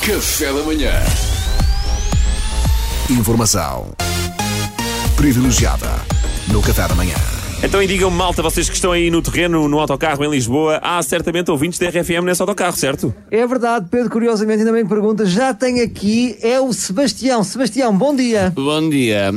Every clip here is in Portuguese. Café da Manhã. Informação privilegiada no Café da Manhã. Então e digam-me, malta, vocês que estão aí no terreno, no autocarro em Lisboa, há certamente ouvintes da RFM nesse autocarro, certo? É verdade, Pedro, curiosamente ainda bem que pergunta. Já tem aqui, é o Sebastião. Sebastião, bom dia. Bom dia.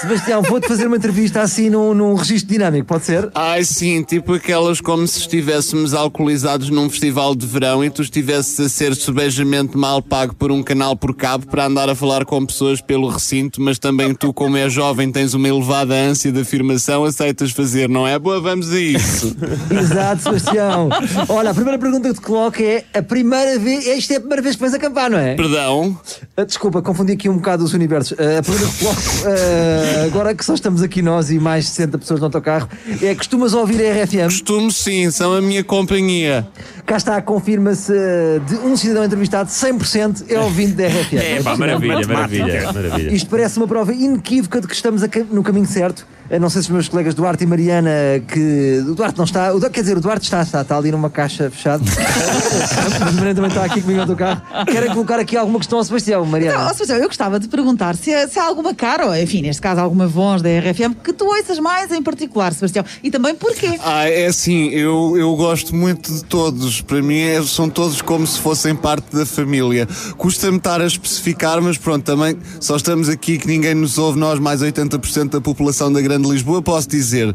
Sebastião, vou-te fazer uma entrevista assim num, num registro dinâmico, pode ser? Ai sim, tipo aquelas como se estivéssemos alcoolizados num festival de verão e tu estivesses a ser subejamente mal pago por um canal por cabo para andar a falar com pessoas pelo recinto, mas também tu, como é jovem, tens uma elevada ânsia de afirmação, aceitas fazer, não é? Boa, vamos a isso. Exato, Sebastião. Olha, a primeira pergunta que te coloco é a primeira vez. Isto é a primeira vez que vais acampar, não é? Perdão? Ah, Desculpa, confundi aqui um bocado os universos. Ah, A pergunta que te coloco, ah, agora que só estamos aqui nós e mais 60 pessoas no autocarro, é costumas ouvir a RFM? Costumo sim, são a minha companhia. Cá está, confirma-se eh, de um cidadão entrevistado, 100% é ouvinte da RFM. É, pá, um maravilha, maravilha, maravilha. Isto parece uma prova inequívoca de que estamos a ca- no caminho certo. Eh, Não sei se os meus colegas Duarte e Mariana, que. O Duarte não está. O, Du- quer dizer, o Duarte está, está, está ali numa caixa fechada. Mas o Mariana também está aqui comigo no carro. Querem colocar aqui alguma questão ao Sebastião, Então, ó, Mariana? Sebastião, eu gostava de perguntar se, há- se há alguma cara, ou, enfim, neste caso alguma voz da RFM, que tu ouças mais em particular, Sebastião. E também porquê? Ah, é assim, eu, eu gosto muito de todos. Para mim, é- são todos como se fossem parte da família. Custa-me estar a especificar, mas pronto, também só estamos aqui que ninguém nos ouve, nós, mais 80% da população da Grande Lisboa. Posso dizer,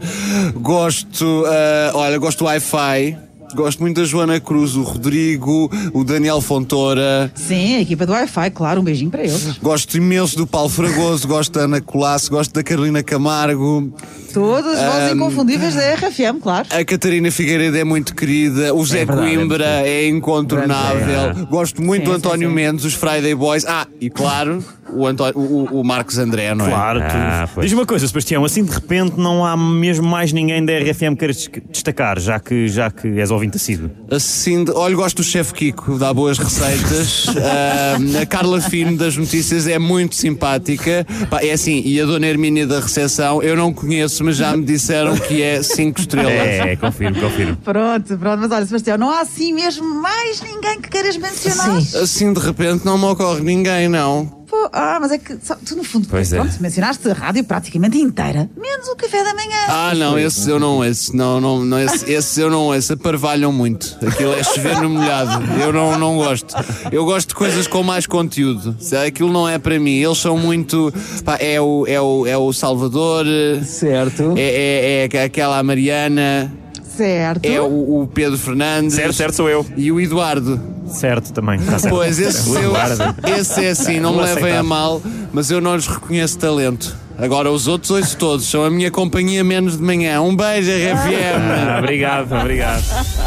gosto, ah, olha, gosto do Wi-Fi. Gosto muito da Joana Cruz, o Rodrigo, o Daniel Fontoura. Sim, a equipa do Wi-Fi, claro, um beijinho para eles. Gosto imenso do Paulo Fragoso, gosto da Ana Colasso, gosto da Carolina Camargo. Todas as vozes inconfundíveis da RFM, claro. Ah. A Catarina Figueiredo é muito querida, o Zé Coimbra é incontornável. Gosto muito do António Mendes, os Friday Boys. Ah, e claro, o, António, o, o Marcos André, não é? Claro, tu- Ah, pois. Diz uma coisa, Sebastião, assim de repente não há mesmo mais ninguém da RFM que queiras desc- destacar, já que, já que és ouvinte assíduo. Assim, de- olha, gosto do chefe Kiko, dá boas receitas. Ahm, a Carla Fino das notícias é muito simpática. Pá, é assim, e a Dona Hermínia da Recepção, eu não conheço, mas já me disseram que é 5 estrelas. É, confirmo, confirmo. Pronto, pronto, mas olha, Sebastião, não há assim mesmo mais ninguém que queiras mencionar? Sim. Assim, de repente, não me ocorre ninguém, não. Pô, ah, mas é que só- tu, no fundo, Pois é. pronto, mencionaste a rádio praticamente inteira, menos o café da manhã. Ah, não, esses eu não ouço. Não, não, não, esse, esses eu não ouço. Aparvalham muito. Aquilo é chover no molhado. Eu não, não gosto. Eu gosto de coisas com mais conteúdo. Se- Aquilo não é para mim. Eles são muito. pá, é, o, é, o, é o Salvador, é, Certo. é, é aquela Mariana, Certo. é o, o Pedro Fernandes Certo, certo, sou eu. e o Eduardo. Certo, também. Tá certo. Pois, esse, eu, Eduardo. esse é assim, não me Vou levem aceitar. a mal, mas eu não lhes reconheço talento. Agora, os outros ouço todos, são a minha companhia menos de manhã. Um beijo, RFM! Ah, obrigado, obrigado.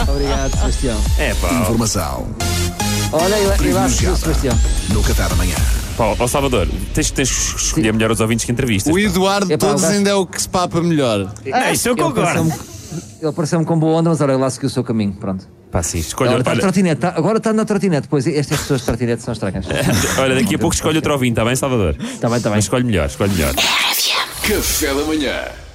Obrigado, Sebastião. É, pá. Informação Olha, e lá- e lá assistiu o Sebastião. no Café da Manhã. Ó ó, Salvador, tens, tens que escolher melhor os ouvintes que entrevistas. O Eduardo, É pá, todos o gajo- ainda é o que se papa melhor. Ah, isso eu Ele concordo. pareceu-me- Ele pareceu-me com boa onda, mas olha, lá seguiu o seu caminho. Pronto. Pá, sim, escolhe Agora está de olha, trotinete, tá- agora está na trotinete, pois estas pessoas de trotinete são estranhas. olha, daqui tá a pouco escolhe outro ouvinte, está bem, Salvador? Está bem, tá bem. Escolhe melhor, escolhe melhor. Café da Manhã.